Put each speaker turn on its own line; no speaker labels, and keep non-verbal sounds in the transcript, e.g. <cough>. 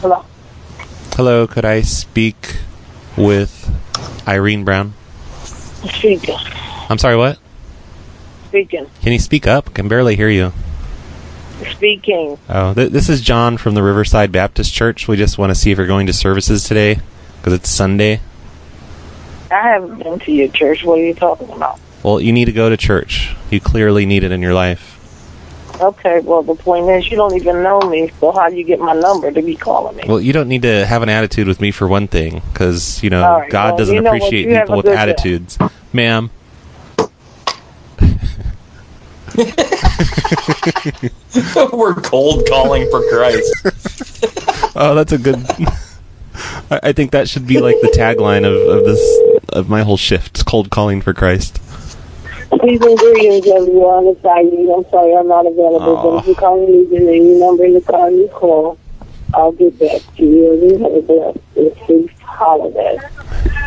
Hello.
Hello, could I speak with Irene Brown?
Speaking.
I'm sorry, what?
Speaking.
Can you speak up? Can barely hear you.
Speaking.
Oh, th- this is John from the Riverside Baptist Church. We just want to see if you're going to services today because it's Sunday.
I haven't been to your church. What are you talking about?
Well, you need to go to church. You clearly need it in your life.
Okay, well, the point is, you don't even know me, so how do you get my number to be calling me?
Well, you don't need to have an attitude with me for one thing because, you know,
All right,
God
well,
doesn't
you know what?
appreciate
You have
people
a
with
good day.
attitudes. Ma'am.
<laughs> We're cold calling for Christ.
Oh, that's a good. <laughs> I I think that should be like the tagline of, of this of my whole shift: cold calling for Christ.
Please and greetings, everyone. It's Irene. I'm sorry I'm not available,
Aw.
but if you call me using the new number in the car you call, I'll get back to you. You have a blessed and safe holiday.